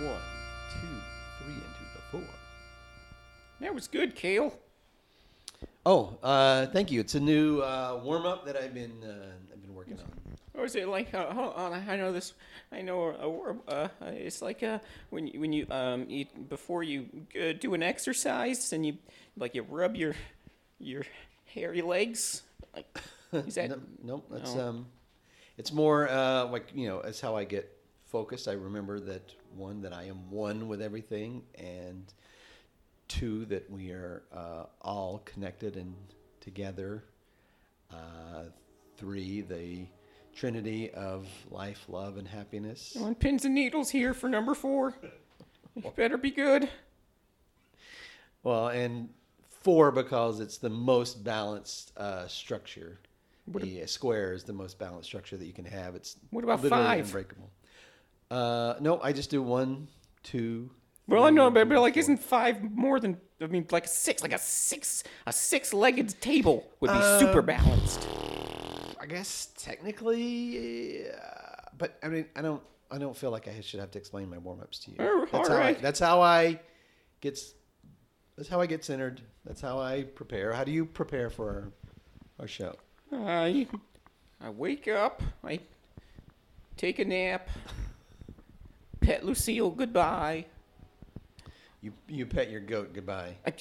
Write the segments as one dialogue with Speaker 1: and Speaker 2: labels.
Speaker 1: One, two, three, and two the four. That was good, Kale.
Speaker 2: Oh, uh, thank you. It's a new uh, warm up that I've been uh, I've been working on.
Speaker 1: Or is it like? Uh, hold on, I know this. I know. A, wor- uh, it's like uh, when you, when you um you, before you uh, do an exercise and you like you rub your your hairy legs. Like, is that?
Speaker 2: No, nope, that's
Speaker 1: no.
Speaker 2: um, it's more uh, like you know, it's how I get focused. I remember that one that I am one with everything, and two that we are uh, all connected and together. Uh, three, the Trinity of life, love, and happiness.
Speaker 1: On pins and needles here for number four. It better be good.
Speaker 2: Well, and four because it's the most balanced uh, structure. the uh, square is the most balanced structure that you can have. It's
Speaker 1: What about
Speaker 2: literally
Speaker 1: five?
Speaker 2: Unbreakable. Uh, no, I just do one, two.
Speaker 1: Well, I know, but, but like, isn't five more than? I mean, like a six, like a six, a six-legged table would be super balanced.
Speaker 2: I guess technically, uh, but I mean, I don't. I don't feel like I should have to explain my warm ups to you.
Speaker 1: Oh,
Speaker 2: that's
Speaker 1: all
Speaker 2: how I,
Speaker 1: right.
Speaker 2: that's how I gets. That's how I get centered. That's how I prepare. How do you prepare for our, our show?
Speaker 1: I I wake up, I take a nap, pet Lucille goodbye,
Speaker 2: You you pet your goat goodbye.
Speaker 1: I,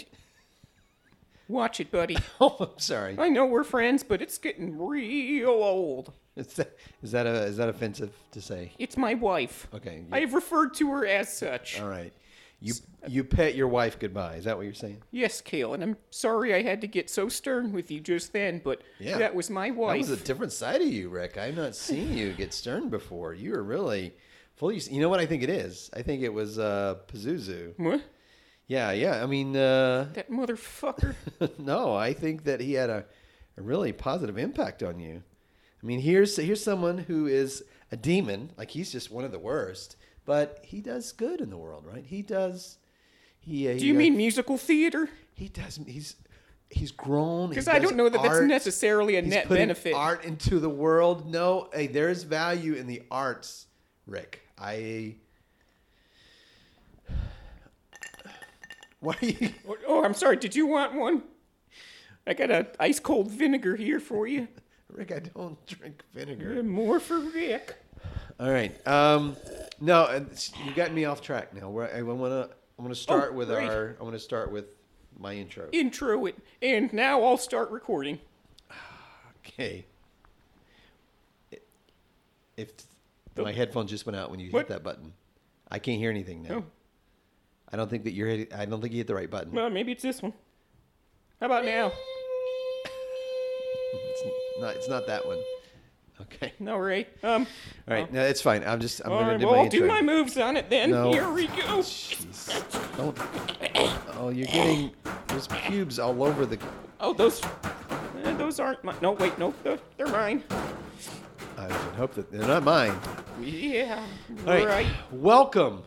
Speaker 1: watch it, buddy.
Speaker 2: Oh, I'm sorry.
Speaker 1: I know we're friends, but it's getting real old.
Speaker 2: Is that, is that a is that offensive to say?
Speaker 1: It's my wife.
Speaker 2: Okay.
Speaker 1: I have referred to her as such.
Speaker 2: All right. You you pet your wife goodbye. Is that what you're saying?
Speaker 1: Yes, Kale, and I'm sorry I had to get so stern with you just then, but
Speaker 2: Yeah.
Speaker 1: that was my
Speaker 2: That
Speaker 1: wife.
Speaker 2: was a different side of you, Rick. I've not seen you get stern before. You were really fully. You know what I think it is? I think it was uh, Pazuzu.
Speaker 1: What?
Speaker 2: Yeah, yeah. I mean, uh,
Speaker 1: That motherfucker.
Speaker 2: no, I think that he had a, a really positive impact on you. I mean, here's here's someone who is a demon, like he's just one of the worst, but he does good in the world, right? He does. He. Uh,
Speaker 1: Do you mean musical theater?
Speaker 2: he does? He's he's grown. he
Speaker 1: Because I
Speaker 2: does
Speaker 1: don't know that that's
Speaker 2: art.
Speaker 1: necessarily a
Speaker 2: He's
Speaker 1: net
Speaker 2: putting
Speaker 1: benefit.
Speaker 2: Art into the world. No, hey, there's value in the arts, Rick. I. Why are you?
Speaker 1: Oh, Oh, I'm sorry. Did you want one? I got a ice cold vinegar here for you.
Speaker 2: Rick, I don't drink vinegar.
Speaker 1: Uh, More for Rick.
Speaker 2: All right. Um, no, it's- you got me off track now. Where I want to, I want to start with
Speaker 1: Oh, great.
Speaker 2: our, I want to start with my intro.
Speaker 1: Intro it, and now I'll start recording.
Speaker 2: Okay. If my headphones just went out when you
Speaker 1: Oh. What?
Speaker 2: hit that button, I can't hear anything now.
Speaker 1: Oh.
Speaker 2: I don't think that you're. Hit, I don't think you hit the right button.
Speaker 1: Well, maybe it's this one. How about now?
Speaker 2: It's not. It's not that one. Okay.
Speaker 1: No, Ray. Um,
Speaker 2: All right. No, it's fine. I'm just. I'm
Speaker 1: all
Speaker 2: gonna
Speaker 1: right.
Speaker 2: do
Speaker 1: Well,
Speaker 2: my
Speaker 1: I'll
Speaker 2: intro.
Speaker 1: do my moves on it then.
Speaker 2: No.
Speaker 1: Here we go.
Speaker 2: Jeez. Don't. Oh, you're getting. There's pubes all over the.
Speaker 1: Oh, those, uh, those aren't my. No, wait, no, tho- they're mine.
Speaker 2: I would hope that they're not mine.
Speaker 1: Yeah.
Speaker 2: All right.
Speaker 1: right.
Speaker 2: Welcome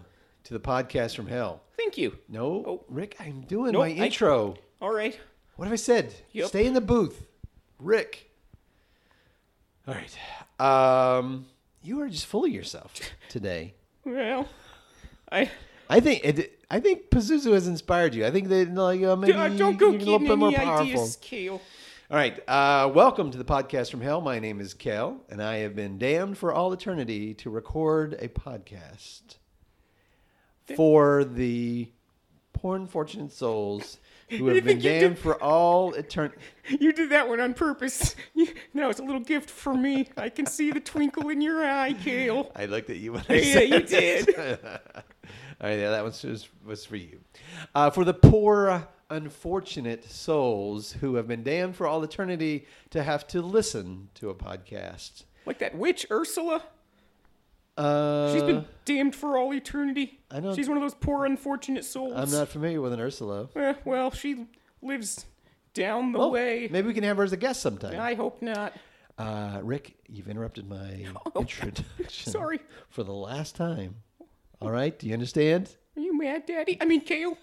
Speaker 2: to the podcast from hell.
Speaker 1: Thank you.
Speaker 2: No,
Speaker 1: Oh.
Speaker 2: Rick, I'm doing
Speaker 1: Nope,
Speaker 2: my
Speaker 1: I-
Speaker 2: intro.
Speaker 1: All right.
Speaker 2: What have I said?
Speaker 1: Yep.
Speaker 2: Stay in the booth, Rick. All right. Um, you are just full of yourself today.
Speaker 1: Well, I.
Speaker 2: I think it, I think Pazuzu has inspired you. I think that like uh, maybe
Speaker 1: I
Speaker 2: you're
Speaker 1: don't
Speaker 2: a
Speaker 1: go
Speaker 2: little
Speaker 1: getting
Speaker 2: bit more
Speaker 1: any
Speaker 2: powerful.
Speaker 1: ideas, Kale.
Speaker 2: All right. Uh, welcome to the podcast from hell. My name is Kel, and I have been damned for all eternity to record a podcast for the poor unfortunate souls who have been damned for all eternity.
Speaker 1: You did that one on purpose. You, no, it's a little gift for me. I can see the twinkle in your eye, Kale.
Speaker 2: I looked at you when I
Speaker 1: Yeah,
Speaker 2: said
Speaker 1: you did.
Speaker 2: All right, yeah, that one was, was for you. Uh, for the poor, uh, unfortunate souls who have been damned for all eternity to have to listen to a podcast.
Speaker 1: Like that witch, Ursula.
Speaker 2: Uh,
Speaker 1: She's been damned for all eternity.
Speaker 2: I don't-
Speaker 1: She's one of those poor, unfortunate souls.
Speaker 2: I'm not familiar with an Ursula.
Speaker 1: Eh, well, she lives down the
Speaker 2: Oh,
Speaker 1: way.
Speaker 2: Maybe we can have her as a guest sometime.
Speaker 1: I hope not.
Speaker 2: Uh, Rick, you've interrupted my introduction.
Speaker 1: Sorry.
Speaker 2: For the last time. All right, do you understand?
Speaker 1: Are you mad, Daddy? I mean, Kale.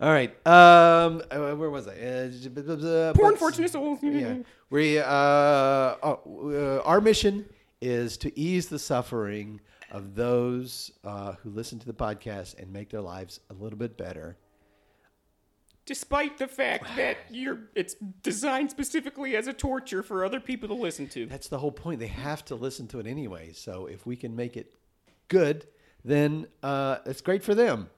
Speaker 2: All right. Um, uh, where was I? Uh, j- b- b- b-
Speaker 1: Poor,
Speaker 2: but-
Speaker 1: unfortunate souls.
Speaker 2: Yeah. We uh, oh, uh, our mission is to ease the suffering of those uh, who listen to the podcast and make their lives a little bit better.
Speaker 1: Despite the fact that you're, it's designed specifically as a torture for other people to listen to.
Speaker 2: That's the whole point. They have to listen to it anyway. So if we can make it good, then uh, it's great for them.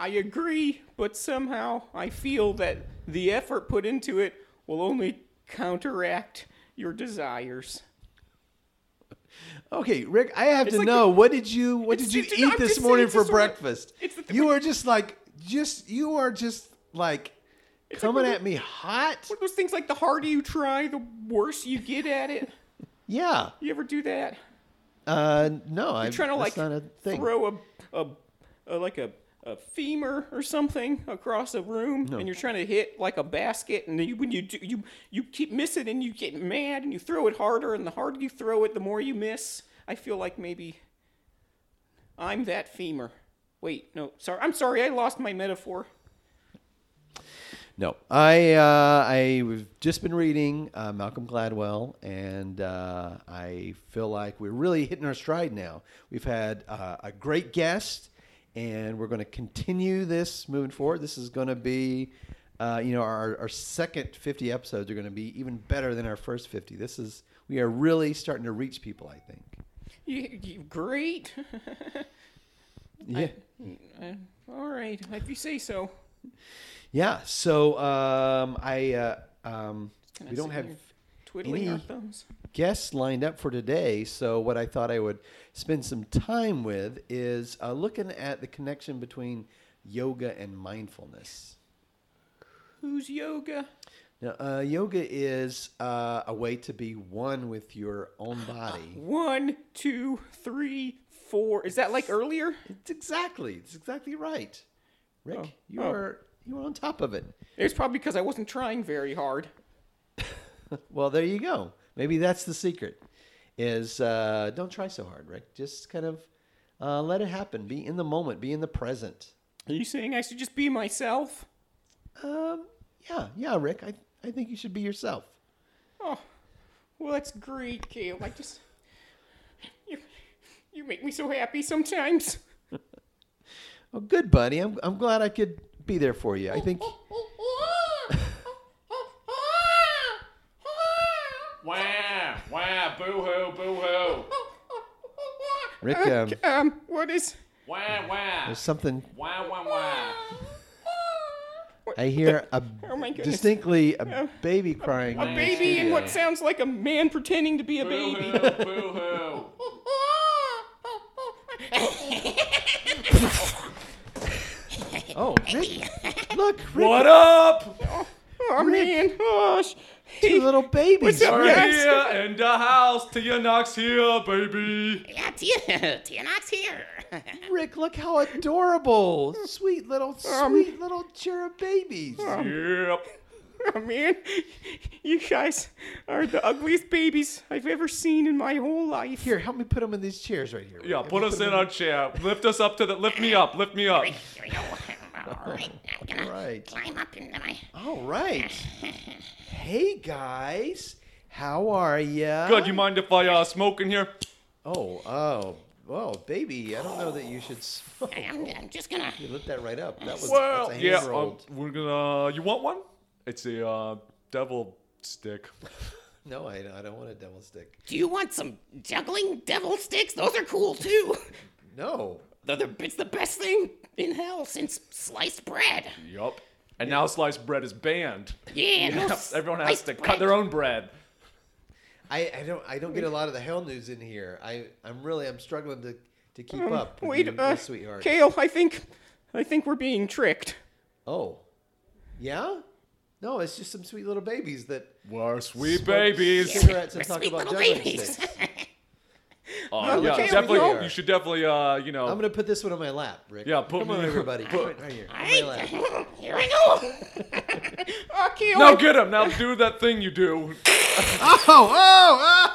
Speaker 1: I agree, but somehow I feel that the effort put into it will only counteract your desires.
Speaker 2: Okay, Rick, I have
Speaker 1: It's
Speaker 2: to
Speaker 1: like
Speaker 2: know what did you what
Speaker 1: It's-
Speaker 2: did you
Speaker 1: it's-
Speaker 2: eat
Speaker 1: I'm
Speaker 2: this
Speaker 1: just-
Speaker 2: morning
Speaker 1: it's
Speaker 2: for
Speaker 1: just sort of-
Speaker 2: breakfast?
Speaker 1: it's the-
Speaker 2: you are just like just you are just like
Speaker 1: It's like
Speaker 2: coming
Speaker 1: when
Speaker 2: at me hot.
Speaker 1: What are those things like the harder you try, the worse you get at it?
Speaker 2: Yeah.
Speaker 1: You ever do that?
Speaker 2: Uh, no, I'm
Speaker 1: Trying to like
Speaker 2: not a thing.
Speaker 1: throw a, a, a like a, a femur or something across a room, and you're trying to hit like a basket, and you, when you do, you you keep missing, and you get mad, and you throw it harder, and the harder you throw it, the more you miss. I feel like maybe I'm that femur. Wait, no, sorry, I'm sorry, I lost my metaphor.
Speaker 2: No, I uh, I've just been reading uh, Malcolm Gladwell, and uh, I feel like we're really hitting our stride now. We've had uh, a great guest, and we're going to continue this moving forward. This is going to be, uh, you know, our, our second fifty episodes are going to be even better than our first fifty. This is we are really starting to reach people. I think.
Speaker 1: You, you great.
Speaker 2: Yeah.
Speaker 1: Uh, All right, if you say so.
Speaker 2: yeah. So um, I uh, um,
Speaker 1: Can I
Speaker 2: we don't
Speaker 1: sit
Speaker 2: have.
Speaker 1: here twiddling our
Speaker 2: any-
Speaker 1: thumbs.
Speaker 2: guests lined up for today. So, what I thought I would spend some time with is uh, looking at the connection between yoga and mindfulness.
Speaker 1: Who's yoga?
Speaker 2: Now, uh, yoga is uh, a way to be one with your own
Speaker 1: Oh.
Speaker 2: body.
Speaker 1: One, two, three, four. Is that like earlier?
Speaker 2: It's exactly, it's exactly right, Rick.
Speaker 1: Oh,
Speaker 2: you
Speaker 1: oh.
Speaker 2: are you are on top of it.
Speaker 1: It's probably because I wasn't trying very hard.
Speaker 2: Well, there you go. Maybe that's the secret: is uh, don't try so hard, Rick. Just kind of uh, let it happen. Be in the moment. Be in the present.
Speaker 1: Are you saying I should just be myself?
Speaker 2: Um, yeah, yeah, Rick. I, I think you should be yourself.
Speaker 1: Oh, well, that's great, Caleb. I just. You, you make me so happy sometimes.
Speaker 2: Oh, good, buddy. I'm, I'm glad I could be there for you. I think.
Speaker 3: Wah, wah, boo hoo, boo hoo.
Speaker 2: Rick, um,
Speaker 1: Um, what is.
Speaker 3: Wah, wah.
Speaker 2: there's something
Speaker 3: Wah, wah, wah.
Speaker 2: I hear a,
Speaker 1: Oh my goodness.
Speaker 2: distinctly a baby crying.
Speaker 1: A baby and what sounds like a man pretending to be a
Speaker 3: Boo
Speaker 1: baby.
Speaker 3: hoo, boo hoo.
Speaker 2: Oh, Rick, look, Rick,
Speaker 3: What up?
Speaker 1: Oh, man. Oh, sh-
Speaker 2: two little babies.
Speaker 1: What's up,
Speaker 3: We're
Speaker 1: Yes.
Speaker 3: here in the house. Tia Knox here, baby.
Speaker 4: Yeah, Tia, Tia Knox here.
Speaker 2: Rick, look how adorable, sweet little, sweet little cherub babies.
Speaker 3: uh, Yep.
Speaker 1: Oh man, you guys are the ugliest babies I've ever seen in my whole life.
Speaker 2: Here, help me put them in these chairs right here. Rick.
Speaker 3: Yeah,
Speaker 2: Help
Speaker 3: put
Speaker 2: me
Speaker 3: us
Speaker 2: 'em
Speaker 3: in our chair. Lift us up to the. Lift me up. Lift me up.
Speaker 4: Here we go. All right, I'm
Speaker 2: All
Speaker 4: gonna
Speaker 2: right.
Speaker 4: climb up into my.
Speaker 2: All right. Hey guys, how are ya?
Speaker 3: Good. You mind if I uh, smoke in here?
Speaker 2: Oh, oh, well, baby, I don't know that you should smoke.
Speaker 4: I'm, I'm just gonna.
Speaker 2: You lit that right up. That was
Speaker 3: Well,
Speaker 2: that's a
Speaker 3: yeah.
Speaker 2: hand
Speaker 3: Um,
Speaker 2: rolled.
Speaker 3: we're gonna. You want one? It's a uh, devil stick.
Speaker 2: no, I, I don't want a devil stick.
Speaker 4: Do you want some juggling devil sticks? Those are cool too.
Speaker 2: No,
Speaker 4: the, the, it's the best thing in hell since sliced bread.
Speaker 3: Yup. And now sliced bread is banned.
Speaker 4: Yeah, no
Speaker 3: Yep, Everyone has
Speaker 4: sliced
Speaker 3: to
Speaker 4: bread.
Speaker 3: cut their own bread.
Speaker 2: I, I don't I don't get a lot of the hell news in here. I I'm really I'm struggling to to keep
Speaker 3: Mm,
Speaker 2: up. with
Speaker 1: Wait,
Speaker 2: you,
Speaker 1: uh,
Speaker 2: sweetheart.
Speaker 1: Kale, I think, I think we're being tricked.
Speaker 2: Oh, yeah. No, it's just some sweet little babies that
Speaker 3: We're sweet
Speaker 2: smoke
Speaker 3: babies.
Speaker 2: cigarettes and
Speaker 4: We're
Speaker 2: talk
Speaker 4: sweet
Speaker 2: about
Speaker 4: little
Speaker 2: juggling
Speaker 4: babies.
Speaker 2: sticks.
Speaker 3: Oh, yeah,
Speaker 1: okay, we
Speaker 2: are.
Speaker 3: definitely. You should definitely, uh, you know.
Speaker 2: I'm gonna put this one on my lap, Rick.
Speaker 3: Yeah, put
Speaker 2: Come on,
Speaker 3: me-
Speaker 2: everybody. Put,
Speaker 3: put-
Speaker 2: it right here. on
Speaker 4: All
Speaker 2: my lap.
Speaker 4: right, here I go.
Speaker 1: Ah, Kale,
Speaker 3: now
Speaker 1: I,
Speaker 3: get him. Now do that thing you do.
Speaker 2: Oh, oh, ah,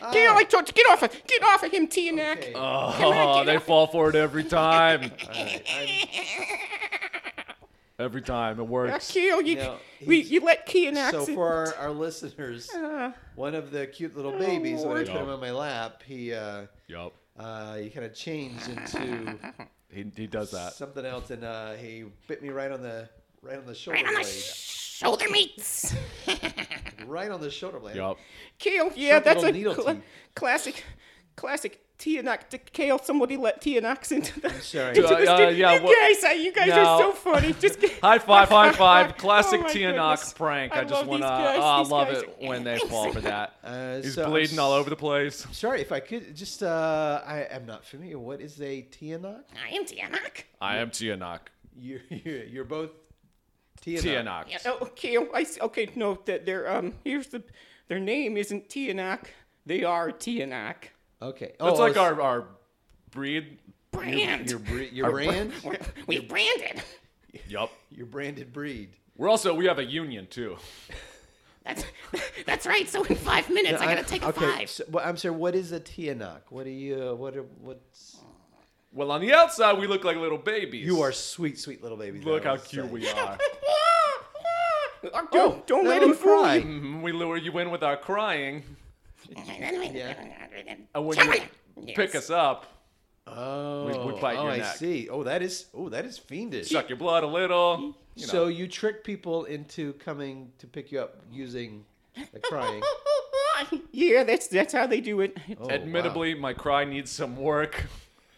Speaker 2: ah,
Speaker 1: Kale, I told get off, of, get off of him, Tianak.
Speaker 2: okay.
Speaker 3: Oh, they fall for it every time.
Speaker 2: All right, I'm
Speaker 3: Every time it
Speaker 1: Ah,
Speaker 3: works.
Speaker 1: Kale, you,
Speaker 2: No,
Speaker 1: we,
Speaker 2: he's-
Speaker 1: you let Tianak.
Speaker 2: so
Speaker 1: sit-
Speaker 2: for our, our listeners,
Speaker 4: Uh,
Speaker 2: one of the cute little
Speaker 4: oh,
Speaker 2: babies when I
Speaker 3: Lord.
Speaker 2: put him on my lap, he uh,
Speaker 3: Yup.
Speaker 2: uh, he kind of changed into
Speaker 3: He, he does that.
Speaker 2: something else, and uh, he bit me right on the right on the shoulder
Speaker 4: right on the
Speaker 2: blade,
Speaker 4: shoulder meats.
Speaker 2: right on the shoulder blade.
Speaker 3: Yup.
Speaker 1: Kale, yeah, that's a
Speaker 2: little needle
Speaker 1: cla-
Speaker 2: teeth.
Speaker 1: classic, classic Tianak. to Kale, somebody let Tianak into the.
Speaker 2: sorry.
Speaker 1: into
Speaker 3: Uh,
Speaker 1: the
Speaker 3: uh,
Speaker 1: stu-
Speaker 3: yeah,
Speaker 1: you
Speaker 3: what-
Speaker 1: guys, are- you guys are so
Speaker 3: No.
Speaker 1: funny. Just get-
Speaker 3: High five, high five. Classic
Speaker 1: Oh
Speaker 3: oh
Speaker 1: my goodness.
Speaker 3: prank. I,
Speaker 1: I
Speaker 3: just
Speaker 1: love
Speaker 3: want to.
Speaker 1: these guys,
Speaker 3: Oh, I
Speaker 1: these
Speaker 3: love
Speaker 1: guys
Speaker 3: it when they fall for that.
Speaker 2: Uh,
Speaker 3: He's
Speaker 2: so I'm
Speaker 3: bleeding all over the place.
Speaker 2: Sorry, if I could just, uh, I am not familiar. What is a Tianak?
Speaker 4: I am Tianak.
Speaker 3: I am Tianak.
Speaker 2: You're, you're, you're both Tianak.
Speaker 3: Tianak.
Speaker 4: Yes.
Speaker 1: Oh, Kale, I s- okay. No, that their um here's the their name isn't Tianak. They are Tianak.
Speaker 2: Okay.
Speaker 3: That's
Speaker 2: I
Speaker 3: like
Speaker 2: was-
Speaker 3: our, our breed.
Speaker 4: Brand.
Speaker 2: your, bre- your brand,
Speaker 4: We're, we branded.
Speaker 3: Yup.
Speaker 2: your branded breed.
Speaker 3: We're also, we have a union too.
Speaker 4: That's that's right. So in five minutes, I gotta take a
Speaker 2: okay,
Speaker 4: five.
Speaker 2: So, well, I'm sorry. What is a Tianak? What are you? uh, What are what's?
Speaker 3: Well, on the outside, we look like little babies.
Speaker 2: You are sweet, sweet little baby.
Speaker 3: Look how cute we are.
Speaker 1: Oh, don't don't let him fool
Speaker 2: cry.
Speaker 1: you.
Speaker 3: Mhm, we lure you in with our crying, and when
Speaker 4: Tell
Speaker 3: you
Speaker 4: me.
Speaker 3: pick us
Speaker 4: Yes.
Speaker 3: up,
Speaker 2: Oh,
Speaker 3: We- we bite
Speaker 2: oh,
Speaker 3: your
Speaker 2: I
Speaker 3: neck.
Speaker 2: see. Oh, that is. Oh, that is fiendish.
Speaker 3: suck your blood a little. You know,
Speaker 2: So you trick people into coming to pick you up using the crying.
Speaker 1: Yeah, that's that's how they do it.
Speaker 2: Oh,
Speaker 3: admittedly, my cry needs some work.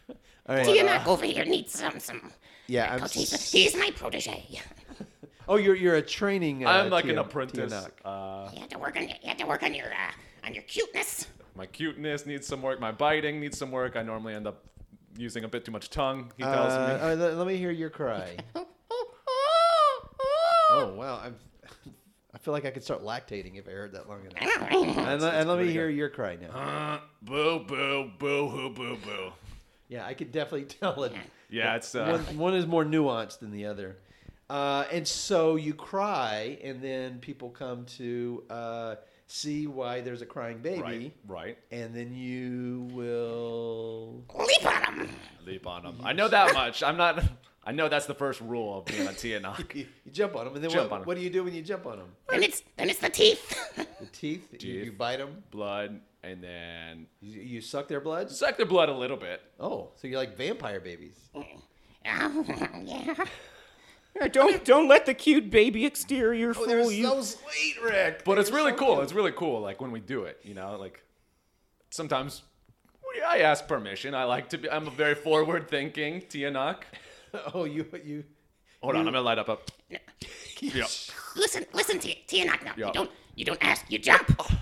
Speaker 2: wow. All right. Uh,
Speaker 4: Tianak over here needs some some.
Speaker 2: yeah, I'm.
Speaker 4: Oh, he's,
Speaker 2: s-
Speaker 4: he's my protege. Yeah,
Speaker 2: Oh, you're you're a training. Uh,
Speaker 3: I'm like an
Speaker 2: Tian-
Speaker 3: apprentice.
Speaker 2: Tianak.
Speaker 3: Uh,
Speaker 4: you have to work on your, you have to work on your uh, on your cuteness.
Speaker 3: my cuteness needs some work. My biting needs some work. I normally end up using a bit too much tongue. He tells
Speaker 2: Uh,
Speaker 3: me.
Speaker 2: all right, let, let me hear your cry. oh wow, I'm. I feel like I could start lactating if I heard that long enough. And, let- and let me hear your cry now.
Speaker 3: Uh, boo, boo, boo, hoo, boo, boo.
Speaker 2: Yeah, I could definitely tell it.
Speaker 3: Yeah, it's uh,
Speaker 2: One, one is more nuanced than the other. Uh, and so you cry, and then people come to uh, see why there's a crying baby,
Speaker 3: right, right.
Speaker 2: and then you will.
Speaker 4: Leap on him.
Speaker 3: Leap on him. I know that much. I'm not. I know that's the first rule of being a Tianak.
Speaker 2: You, you jump on them, and then
Speaker 3: Jump on
Speaker 2: what,
Speaker 3: 'em.
Speaker 2: what do you do when you jump on them?
Speaker 4: Then it's then it's the teeth.
Speaker 2: The teeth, You,
Speaker 3: Teeth.
Speaker 2: you bite them,
Speaker 3: Blood, and then
Speaker 2: you, you suck their blood.
Speaker 3: suck their blood a little bit.
Speaker 2: Oh, so you're like vampire babies.
Speaker 4: Oh, yeah.
Speaker 1: Yeah, Don't don't let the cute baby exterior
Speaker 2: Oh,
Speaker 1: fool
Speaker 2: they're
Speaker 1: you.
Speaker 2: so sweet, Rick.
Speaker 3: But it's
Speaker 2: They're
Speaker 3: really
Speaker 2: so
Speaker 3: cool.
Speaker 2: cute.
Speaker 3: It's really cool. Like when we do it, you know, like sometimes we, I ask permission. I like to be, I'm a very forward thinking Tianak.
Speaker 2: Oh, you you.
Speaker 3: Hold on, I'm gonna light up a. Yep.
Speaker 4: Listen, listen, Ti- Tianak. No,
Speaker 3: Yeah.
Speaker 4: you don't. You don't ask. You jump.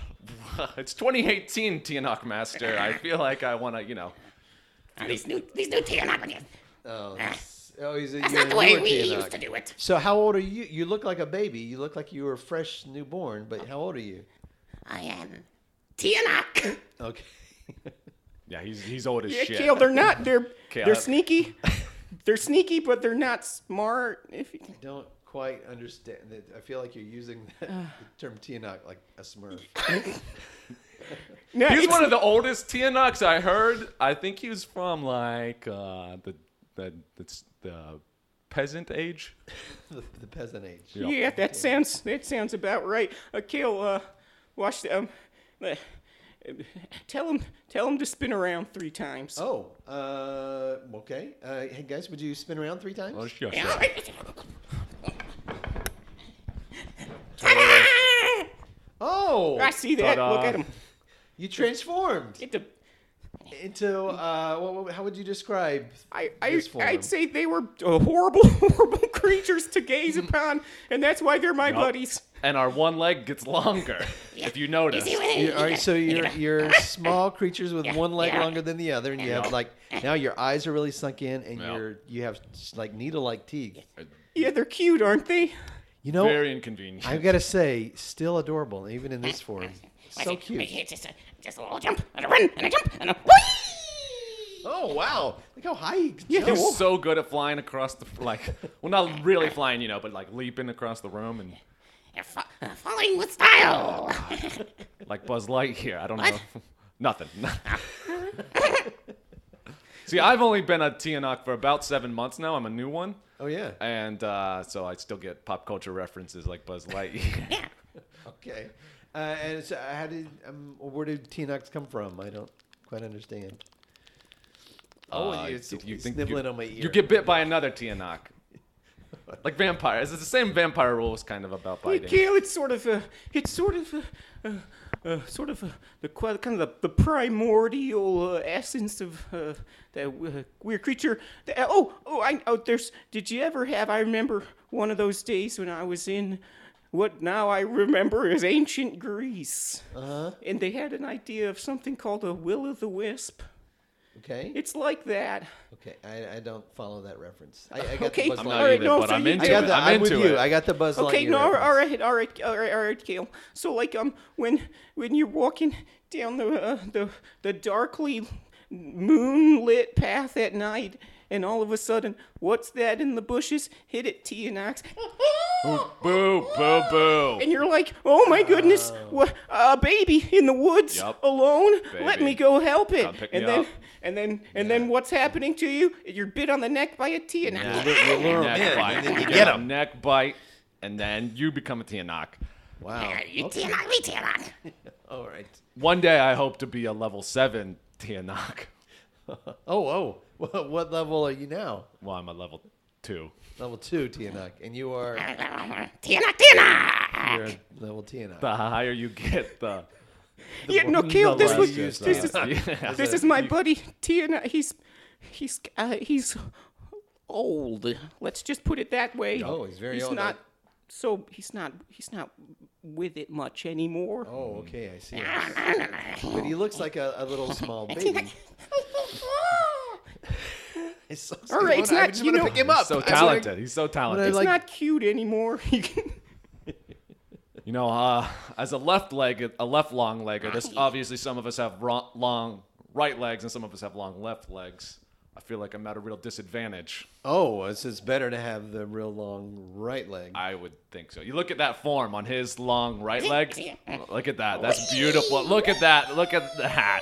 Speaker 3: It's 2018, Tianak Master. I feel like I wanna, you know.
Speaker 4: Oh, these new these new Tianak. ones,
Speaker 2: Oh,
Speaker 4: Ah,
Speaker 2: that's- oh, he's a,
Speaker 4: That's
Speaker 2: you're
Speaker 4: not the
Speaker 2: a
Speaker 4: way
Speaker 2: newer
Speaker 4: we
Speaker 2: Tianak.
Speaker 4: used to do it.
Speaker 2: So how old are you? You look like a baby. You look like you were fresh newborn, but how old are you?
Speaker 4: I am Tianak.
Speaker 2: Okay.
Speaker 3: Yeah, he's he's old as
Speaker 1: Yeah,
Speaker 3: shit.
Speaker 1: Kale, they're not. They're
Speaker 3: Kale,
Speaker 1: they're
Speaker 3: that-
Speaker 1: sneaky. They're sneaky, but they're not smart. If you,
Speaker 2: Don't quite understand that. I feel like you're using that, the term Tianak like a smurf.
Speaker 1: no,
Speaker 3: He's
Speaker 1: it's-
Speaker 3: one of the oldest Tianaks I heard. I think he was from like uh, the the the, the peasant age.
Speaker 2: the, the peasant age.
Speaker 1: Yeah, that sounds that sounds about right. Uh, Kale, uh, watch the um, uh, tell him tell him to spin around three times.
Speaker 2: Oh, uh, okay. Uh, hey guys, would you spin around three times?
Speaker 3: Oh, sure,
Speaker 4: Yeah.
Speaker 3: sure.
Speaker 2: Oh,
Speaker 1: I see that. Look
Speaker 3: Ta-da.
Speaker 1: at him.
Speaker 2: Oh! you transformed.
Speaker 1: Get the
Speaker 2: into uh, what, what- how would you describe?
Speaker 1: I, I,
Speaker 2: this form?
Speaker 1: I'd say they were uh, horrible, horrible creatures to gaze upon, and that's why they're my buddies.
Speaker 3: And our one leg gets longer, if you notice.
Speaker 4: see what I-
Speaker 2: You- all right, so you're you're small creatures with one leg
Speaker 4: yeah.
Speaker 2: longer than the other, and you have like now your eyes are really sunk in, and
Speaker 3: Yeah.
Speaker 2: you're you have like needle-like teeth.
Speaker 1: Yeah, they're cute, aren't they?
Speaker 2: You know,
Speaker 3: Very inconvenient.
Speaker 2: I've got to say, still adorable, even in this form. So
Speaker 4: Wait, wait,
Speaker 2: cute.
Speaker 4: here, Just a, just a little jump and a run and a jump and a whee!
Speaker 2: Oh wow! Look how high he can
Speaker 1: Yeah,
Speaker 2: jump.
Speaker 3: He's so good at flying across the like, well, not really flying, you know, but like leaping across the room and
Speaker 4: You're fo- uh, following with style.
Speaker 3: like Buzz Lightyear. I don't know, nothing. See, I've only been a Tianok for about seven months now. I'm a new one,
Speaker 2: Oh yeah.
Speaker 3: and uh, so I still get pop culture references like Buzz Lightyear.
Speaker 4: yeah.
Speaker 2: Oh, Okay. Uh, and so how did um, where did Tinox come from? I don't quite understand. Oh,
Speaker 3: Uh,
Speaker 2: it's,
Speaker 3: if
Speaker 2: it's nibbling on my ear.
Speaker 3: You get bit by another Tianok. Like vampires, it's the same vampire rules kind of about
Speaker 1: Yeah,
Speaker 3: biting.
Speaker 1: Gail, it's sort of, uh, it's sort of, uh, uh, uh, sort of uh, the qu- kind of the, the primordial uh, essence of uh, that uh, weird creature. The- uh, oh, oh, I, oh, there's. Did you ever have? I remember one of those days when I was in. What now I remember is ancient Greece. Uh-huh. And they had an idea of something called a will o' the wisp.
Speaker 2: Okay.
Speaker 1: It's like that.
Speaker 2: okay. I, I don't follow that reference. I, I got the
Speaker 1: Okay,
Speaker 2: Buzz
Speaker 3: I'm
Speaker 2: Lightyear.
Speaker 3: not
Speaker 1: Alright,
Speaker 3: either,
Speaker 1: no,
Speaker 3: but
Speaker 1: so
Speaker 3: I'm
Speaker 1: you-
Speaker 3: into
Speaker 2: I
Speaker 3: it.
Speaker 2: got the,
Speaker 3: I'm
Speaker 2: I'm with
Speaker 3: into it.
Speaker 2: you. I got the Buzz
Speaker 1: Okay,
Speaker 2: Lightyear.
Speaker 1: no, all
Speaker 2: reference.
Speaker 1: right, all right, all right, all right, Gail. So, like, um, when when you're walking down the uh, the the darkly moonlit path at night, and all of a sudden, what's that in the bushes? Hit it, Tianax.
Speaker 3: Boo, boo, boo.
Speaker 1: And you're like, oh my goodness, what a baby in the woods
Speaker 3: Yup.
Speaker 1: alone. Let
Speaker 3: Baby.
Speaker 1: me go help it.
Speaker 3: Come pick
Speaker 1: and
Speaker 3: me
Speaker 1: then
Speaker 3: up.
Speaker 1: and then and then what's happening to you? You're bit on the neck by a Tianax.
Speaker 3: neck bite. You get a neck bite, and then you become a Tianok.
Speaker 2: Wow.
Speaker 4: Uh, You okay. Tianok, we Tianok.
Speaker 2: All right.
Speaker 3: One day, I hope to be a level seven Tianok.
Speaker 2: Oh, oh. What, what level are you now?
Speaker 3: Well, I'm a level two.
Speaker 2: Level two, Tianak, and you are
Speaker 4: Tianok, Tianok.
Speaker 2: you're level Tianak.
Speaker 3: The higher you get, the
Speaker 1: Yeah, no, Gail,
Speaker 3: the
Speaker 1: this was
Speaker 3: less
Speaker 2: used
Speaker 1: this
Speaker 3: you
Speaker 1: is
Speaker 3: suck. Yeah.
Speaker 1: This is my buddy Tiana. He's he's uh, he's old. Let's just put it that way.
Speaker 2: Oh, he's very
Speaker 1: he's
Speaker 2: old.
Speaker 1: Not, so he's not he's not with it much anymore.
Speaker 2: Oh, okay, I see. But he looks like a, a little small baby. It's so
Speaker 1: All right,
Speaker 2: I
Speaker 1: it's not-
Speaker 2: just
Speaker 1: you
Speaker 2: wanna
Speaker 1: know-
Speaker 2: pick him up.
Speaker 3: so
Speaker 2: I just wanna-
Speaker 3: talented. He's so talented.
Speaker 1: it's
Speaker 2: like-
Speaker 1: not cute anymore. He can-
Speaker 3: You know, uh, as a left leg, a left long legger. This obviously, some of us have ro- long right legs, and some of us have long left legs. I feel like I'm at a real disadvantage.
Speaker 2: Oh, it's it's better to have the real long right leg.
Speaker 3: I would think so. You look at that form on his long right leg. Look at that. That's beautiful. Look at that. Look at that.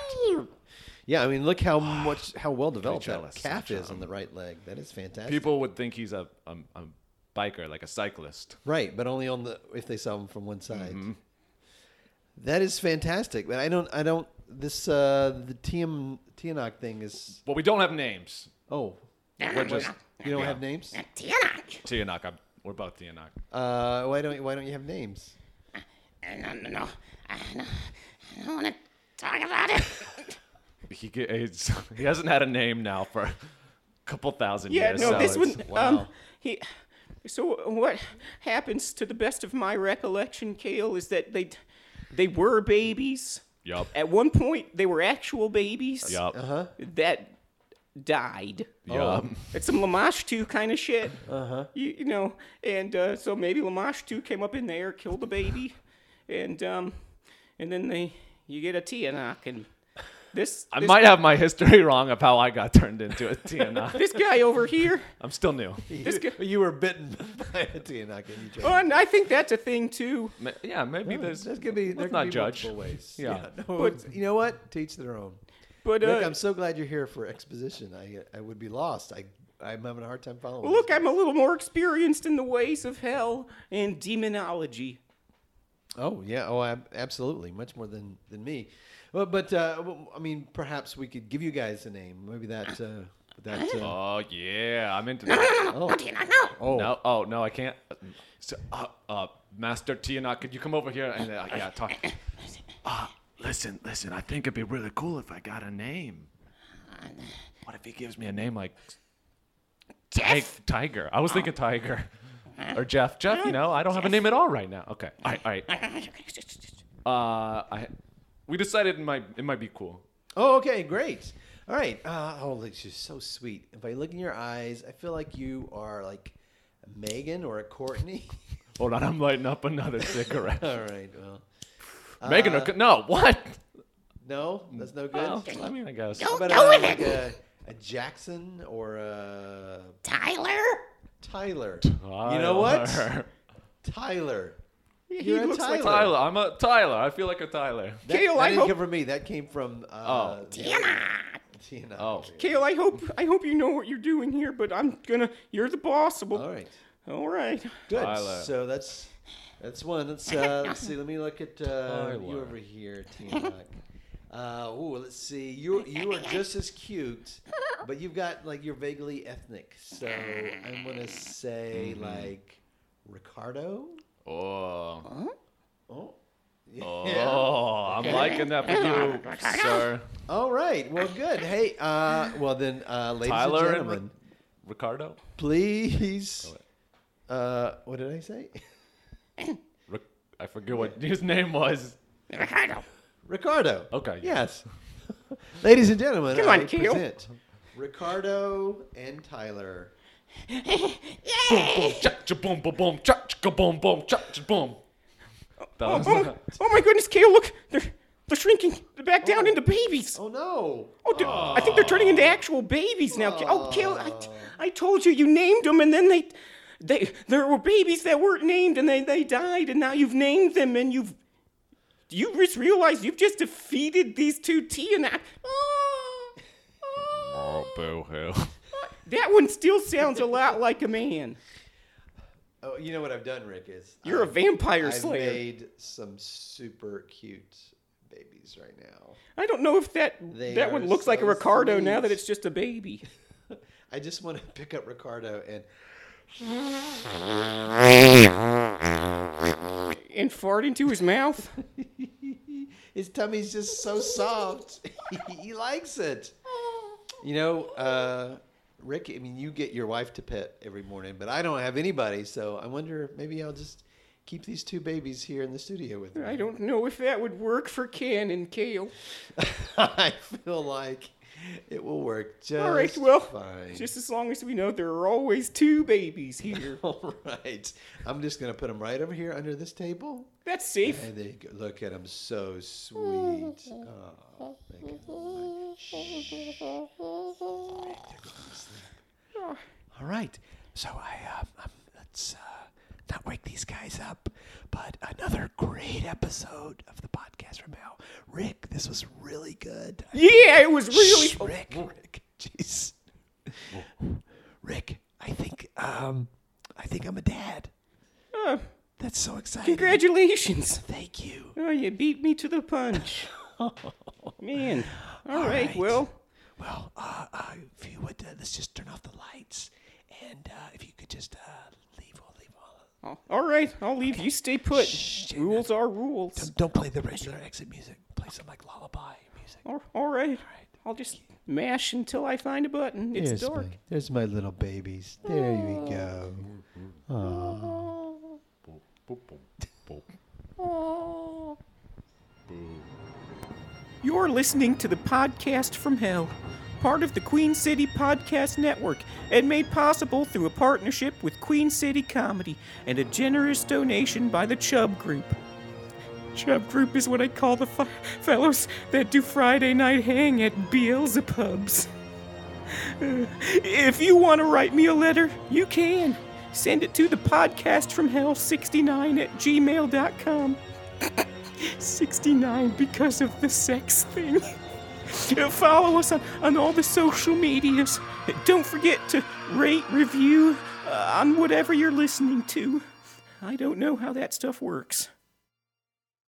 Speaker 2: Yeah, I mean, look how much how well developed that
Speaker 3: jealous.
Speaker 2: calf is on the right leg. That is fantastic.
Speaker 3: People would think he's a, a, a biker, like a cyclist.
Speaker 2: right, but only on the if they saw him from one side.
Speaker 3: Mm-hmm.
Speaker 2: That is fantastic. But I don't, I don't. This uh the TM Tianok thing is.
Speaker 3: Well, we don't have names.
Speaker 2: Oh,
Speaker 3: We're just
Speaker 2: you don't have names.
Speaker 4: Uh, Tianok.
Speaker 3: Tianak. I'm, we're both Tianak.
Speaker 2: Uh, why don't why don't you have names?
Speaker 4: Uh, No, no, no. I don't, I don't want to talk about it.
Speaker 3: He ge- he's, he hasn't had a name now for a couple thousand
Speaker 1: yeah,
Speaker 3: years.
Speaker 1: no,
Speaker 3: so
Speaker 1: this
Speaker 3: it's-
Speaker 1: one. Um,
Speaker 2: wow.
Speaker 1: he. So what happens, to the best of my recollection, Kale, is that they they were babies.
Speaker 3: Yup.
Speaker 1: At one point, they were actual babies.
Speaker 3: Yup. Uh-huh.
Speaker 1: That died.
Speaker 3: Yup.
Speaker 1: It's some Lamash 2 kind of shit. Uh-huh. You, you know, and uh, so maybe Lamash 2 came up in there, killed the baby, and um, and then they you get a Tianak and this
Speaker 3: I
Speaker 1: this,
Speaker 3: might have my history wrong of how I got turned into a Tianak.
Speaker 1: this guy over here.
Speaker 3: I'm still new.
Speaker 1: This guy,
Speaker 2: You were bitten by a Tianak and you tried.
Speaker 1: oh, and I think that's a thing too.
Speaker 3: Ma- Yeah, maybe
Speaker 2: There's,
Speaker 3: there's.
Speaker 2: there's gonna be there
Speaker 3: Let's
Speaker 2: could
Speaker 3: not
Speaker 2: be
Speaker 3: judge.
Speaker 2: multiple ways.
Speaker 3: Yeah.
Speaker 2: no,
Speaker 1: But-
Speaker 2: it's- you know what? Teach their own.
Speaker 1: But uh,
Speaker 2: Rick, I'm so glad you're here for exposition. I I would be lost. I I'm having a hard time following.
Speaker 1: well, look, I'm a little more experienced in the ways of hell and demonology.
Speaker 2: Oh yeah. Oh, ab- absolutely. Much more than than me. Well, but uh, w- I mean, perhaps we could give you guys a name. Maybe that. Uh, that. Uh,
Speaker 3: Oh yeah, I'm into that.
Speaker 4: No, Tianok, no.
Speaker 2: oh.
Speaker 3: No, oh no, I can't. So, uh, uh, Master Tianak, could you come over here and uh, yeah, talk? Uh, listen, listen. I think it'd be really cool if I got a name. What if he gives me a name like Ti- Tiger? I was thinking Tiger or Jeff. Jeff, you know, I don't have a name at all right now. Okay, all right, all right. Uh, I, we decided it might it might be cool.
Speaker 2: Oh, okay, great. All right. Uh, oh, like she's so sweet. If I look in your eyes, I feel like you are like a Megan or a Courtney.
Speaker 3: Hold on, I'm lighting up another cigarette.
Speaker 2: All right. Well,
Speaker 3: Megan, or, no, what?
Speaker 2: no, that's no good.
Speaker 3: Well, I mean, I guess.
Speaker 2: How
Speaker 4: Don't
Speaker 2: about
Speaker 4: go
Speaker 2: uh,
Speaker 4: with
Speaker 2: like
Speaker 4: it.
Speaker 2: a, a Jackson or a
Speaker 4: Tyler?
Speaker 2: Tyler? You know what?
Speaker 3: Tyler.
Speaker 2: Tyler.
Speaker 1: he
Speaker 2: You're a
Speaker 1: looks like
Speaker 2: Tyler.
Speaker 3: Tyler, I'm a Tyler. I feel like a Tyler.
Speaker 2: That,
Speaker 1: Kale,
Speaker 2: that
Speaker 1: I
Speaker 2: didn't
Speaker 1: hope-
Speaker 2: come from me. That came from uh,
Speaker 3: Oh.
Speaker 2: Tiana.
Speaker 3: Oh.
Speaker 1: Kale, I hope I hope you know what you're doing here, but I'm gonna. You're the boss. Well,
Speaker 2: All right.
Speaker 1: All right.
Speaker 2: Good.
Speaker 3: Tyler.
Speaker 2: So that's that's one. Let's uh, let's see. Let me look at uh, you
Speaker 3: Tyler.
Speaker 2: over here, Tina. Uh, ooh, let's see. You you are just as cute, but you've got like you're vaguely ethnic. So I'm gonna say
Speaker 3: Mm-hmm.
Speaker 2: like Ricardo.
Speaker 3: Oh,
Speaker 2: Oh,
Speaker 3: oh, I'm liking that for you, sir.
Speaker 2: All right. Well, good. Hey. Uh, well then, uh, ladies and
Speaker 3: Tyler and
Speaker 2: gentlemen,
Speaker 3: Ri- Ricardo.
Speaker 2: please. Uh, what did I say?
Speaker 3: Ric- I forget what his name was.
Speaker 4: Ricardo.
Speaker 2: Ricardo.
Speaker 3: Okay,
Speaker 2: Yes. Ladies and gentlemen,
Speaker 1: Come on,
Speaker 2: I
Speaker 1: Keel.
Speaker 2: present Ricardo and Tyler.
Speaker 3: Boom, boom, cha, cha, boom, boom, boom, cha, cha, boom, boom, cha, cha, boom. That
Speaker 1: Oh,
Speaker 3: was
Speaker 1: oh, oh my goodness, Kale! Look, they're they're shrinking back down into babies.
Speaker 2: Oh no!
Speaker 1: Oh, dude, I think they're turning into actual babies now. Ca- Oh, Kale, I, I told you you named them, and then they, they, there were babies that weren't named, and they, they died, and now you've named them, and you've, you just realized you've just defeated these two T and I. Oh,
Speaker 3: oh, boo hoo.
Speaker 1: that one still sounds a lot like a man.
Speaker 2: Oh, you know what I've done, Rick? Is
Speaker 1: You're a
Speaker 2: I've-
Speaker 1: vampire
Speaker 2: I've
Speaker 1: slayer.
Speaker 2: made some super cute babies right now.
Speaker 1: I don't know if that
Speaker 2: They
Speaker 1: that
Speaker 2: are
Speaker 1: one looks like a
Speaker 2: so
Speaker 1: Ricardo now
Speaker 2: sweet.
Speaker 1: that it's just a baby.
Speaker 2: I just want to pick up Ricardo and
Speaker 1: And fart into his mouth.
Speaker 2: his tummy's just so soft. he likes it. You know, uh, Rick. I mean, you get your wife to pet every morning, but I don't have anybody. So I wonder if maybe I'll just keep these two babies here in the studio with me.
Speaker 1: I don't know if that would work for Ken and Kale.
Speaker 2: I feel like it will work just
Speaker 1: All right, well,
Speaker 2: fine.
Speaker 1: just as long as we know there are always two babies here.
Speaker 2: All right. I'm just going to put them right over here under this table.
Speaker 1: That's safe.
Speaker 2: And they look at them so sweet. Oh, they can- Shh. They're going to sleep. All right. So I um, um let's uh, not wake these guys up, but another great episode of the podcast from now. Rick, this was really good.
Speaker 1: Yeah, it was really.
Speaker 2: Shh, Rick, Rick, jeez, Rick. I think um, I think I'm a dad.
Speaker 1: Uh,
Speaker 2: That's so exciting.
Speaker 1: congratulations.
Speaker 2: Thank you.
Speaker 1: Oh, you beat me to the punch. Man. All right,
Speaker 2: right.
Speaker 1: well,
Speaker 2: Well, uh, uh, if you would, uh, let's just turn off the lights, and uh, if you could just uh, leave, all, leave all.
Speaker 1: I'll- all right, I'll leave. You stay put. Rules are rules.
Speaker 2: Don't play the regular exit music. Play some like lullaby music.
Speaker 1: Al- all right. I'll just mash until I find a button. It's dark.
Speaker 2: there's my little babies. There you go.
Speaker 1: You're listening to the podcast from hell, part of the Queen City Podcast Network, and made possible through a partnership with Queen City Comedy and a generous donation by the Chubb Group. Chubb Group is what I call the f- fellows that do Friday night hang at Beelzebubs. If you want to write me a letter, you can. Send it to the podcast from hell 69 at gmail.com. 69 because of the sex thing. Follow us on, on all the social medias. Don't forget to rate, review uh, on whatever you're listening to. I don't know how that stuff works.